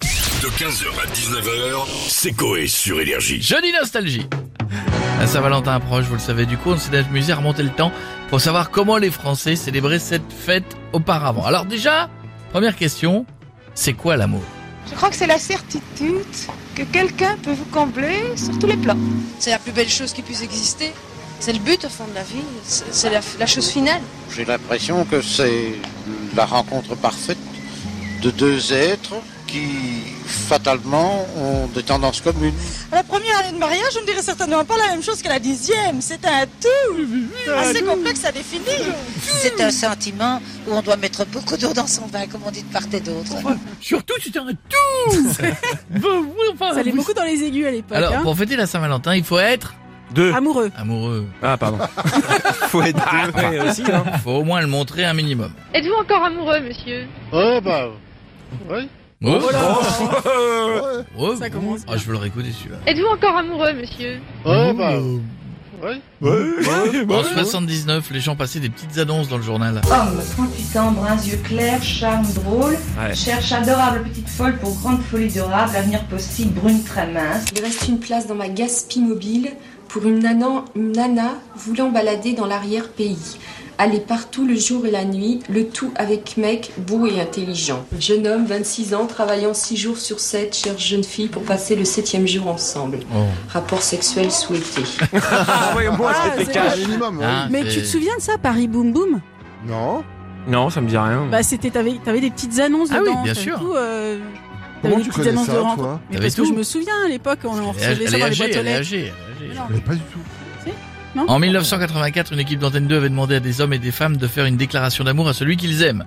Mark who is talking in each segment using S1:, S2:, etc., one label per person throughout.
S1: De 15h à 19h, c'est Coé sur Énergie.
S2: Jeudi Nostalgie La Saint-Valentin approche, vous le savez, du coup on s'est amusé à remonter le temps pour savoir comment les Français célébraient cette fête auparavant. Alors déjà, première question, c'est quoi l'amour
S3: Je crois que c'est la certitude que quelqu'un peut vous combler sur tous les plans.
S4: C'est la plus belle chose qui puisse exister. C'est le but au fond de la vie. C'est c'est la, la chose finale.
S5: J'ai l'impression que c'est la rencontre parfaite de deux êtres qui, fatalement, ont des tendances communes.
S6: À la première année de mariage, je ne dirais certainement pas la même chose qu'à la dixième. C'est un tout assez complexe à définir.
S7: C'est un sentiment où on doit mettre beaucoup d'eau dans son vin, comme on dit de part et d'autre.
S2: Surtout c'était un tout
S8: Ça allait beaucoup dans les aigus à l'époque.
S2: Alors
S8: hein.
S2: pour fêter la Saint-Valentin, il faut être
S9: Deux.
S8: Amoureux.
S2: amoureux. Ah,
S9: Ah, pardon. Faut être deux. Ouais, aussi, hein.
S2: Il faut au moins le montrer un minimum.
S10: Êtes-vous encore amoureux, monsieur
S5: Ouais, bah, oui.
S2: Oh,
S9: Oh.
S2: oh,
S8: Ça commence
S2: oh, je veux le réécouter celui-là.
S10: Êtes-vous encore amoureux, monsieur
S5: Ouais, bah, oui.
S9: Ouais.
S2: En 79, les gens passaient des petites annonces dans le journal.
S11: Homme, pointu tendre, un yeux clair, charme drôle,
S9: Ouais.
S11: cherche adorable petite folle pour grande folie durable, avenir possible, brune très mince.
S4: Il reste une place dans ma gaspi mobile pour une nana, une nana voulant balader dans l'arrière-pays. Aller partout le jour et la nuit, le tout avec mec beau et intelligent. Jeune homme, 26 ans, travaillant 6 jours sur 7, cherche jeune fille pour passer le 7 jour ensemble.
S2: Oh.
S4: Rapport sexuel souhaité.
S9: Ah, ouais, moi,
S8: Ah,
S9: c'était
S8: c'est
S9: cash.
S5: minimum, oui.
S2: Hein,
S8: Mais
S2: c'est-
S8: tu te souviens de ça, Paris Boom Boom
S5: Non.
S9: Non, ça me dit rien.
S6: Hmm.
S8: Bah c'était t'avais t'avais des petites annonces
S2: Ah oui,
S8: dedans.
S2: bien
S8: t'avais
S2: sûr.
S8: tout, euh, t'avais
S5: Comment
S8: des
S5: tu
S8: petites
S5: connais
S8: annonces
S5: ça,
S8: de rencontre.
S5: toi
S8: Mais
S2: T'avais
S8: parce
S2: tout
S8: que je me souviens à l'époque on en
S2: Elle
S8: recevait
S2: est
S8: ça dans les
S2: âgée,
S8: boîtes
S2: elle
S8: aux
S2: est
S8: lettres.
S2: âgée, elle est âgée.
S8: Mais non.
S5: Mais pas du tout.
S8: Non
S2: En 1984, une équipe d'Antenne 2 avait demandé à des hommes et des femmes de faire une déclaration d'amour à celui qu'ils aiment.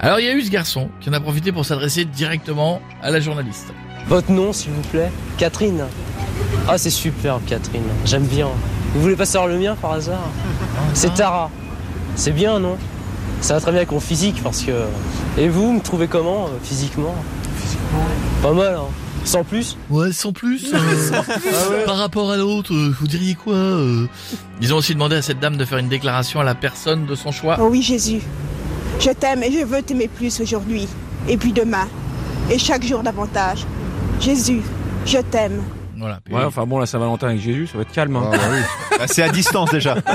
S2: Alors il y a eu ce garçon qui en a profité pour s'adresser directement à la journaliste.
S6: Votre nom, s'il vous plaît Catherine. Ah, c'est superbe, Catherine. J'aime bien. Vous voulez pas savoir le mien par hasard C'est Tara. C'est bien, non Ça va très bien avec mon physique parce que. Et vous, vous me trouvez comment euh, physiquement Pas mal, hein Sans plus
S2: Ouais, sans plus. euh, Ah Par rapport à l'autre, euh, vous diriez quoi euh Ils ont aussi demandé à cette dame de faire une déclaration à la personne de son choix.
S6: Oh oui, Jésus. Je t'aime et je veux t'aimer plus aujourd'hui. Et puis demain. Et chaque jour davantage. Jésus, je t'aime.
S2: Voilà. Puis,
S9: Ouais, enfin bon, la Saint-Valentin avec Jésus, ça va être calme. hein.
S1: c'est à distance déjà.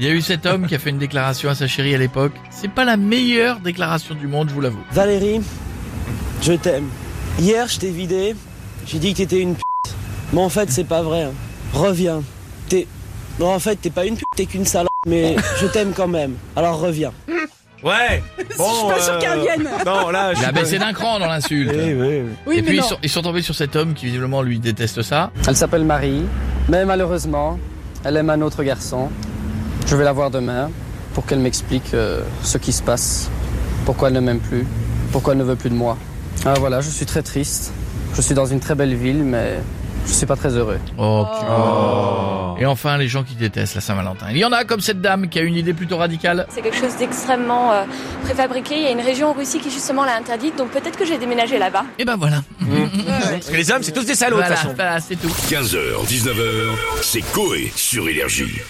S2: Il y a eu cet homme qui a fait une déclaration à sa chérie à l'époque. C'est pas la meilleure déclaration du monde, je vous l'avoue.
S6: Valérie, je t'aime. Hier, je t'ai vidé. J'ai dit que t'étais une p. Mais en fait, c'est pas vrai. hein. Reviens. T'es. Non, en fait, t'es pas une p. T'es qu'une salope. Mais je t'aime quand même. Alors reviens.
S9: Ouais. Bon,
S8: Je suis pas sûre
S9: euh,
S8: qu'elle vienne.
S9: Non, là, je
S2: Il
S9: suis
S2: a
S6: Ah, bah,
S2: baissé d'un cran dans
S9: pas-
S2: l'insulte.
S9: Eh, ouais, ouais.
S8: Oui
S2: et
S8: mais
S2: puis ils
S8: non.
S2: sont, ils sont tombés sur cet homme qui visiblement lui déteste ça.
S6: Elle s'appelle Marie. Mais malheureusement, elle aime un autre garçon. Je vais la voir demain pour qu'elle m'explique euh, ce qui se passe. Pourquoi elle ne m'aime plus. Pourquoi elle ne veut plus de moi. Ah voilà, je suis très triste. Je suis dans une très belle ville, mais je suis pas très heureux.
S2: Oh, putain.
S9: Oh.
S2: Et enfin, les gens qui détestent la Saint-Valentin. Il y en a comme cette dame qui a une idée plutôt radicale.
S10: C'est quelque chose d'extrêmement euh, préfabriqué. Il y a une région en Russie qui justement l'a interdite, donc peut-être que j'ai déménagé là-bas.
S2: Et ben voilà.
S9: Parce que les hommes, c'est tous des salauds, de
S2: Voilà,
S9: toute façon.
S2: voilà, c'est tout.
S1: 15h, 19h, c'est Coé sur Énergie.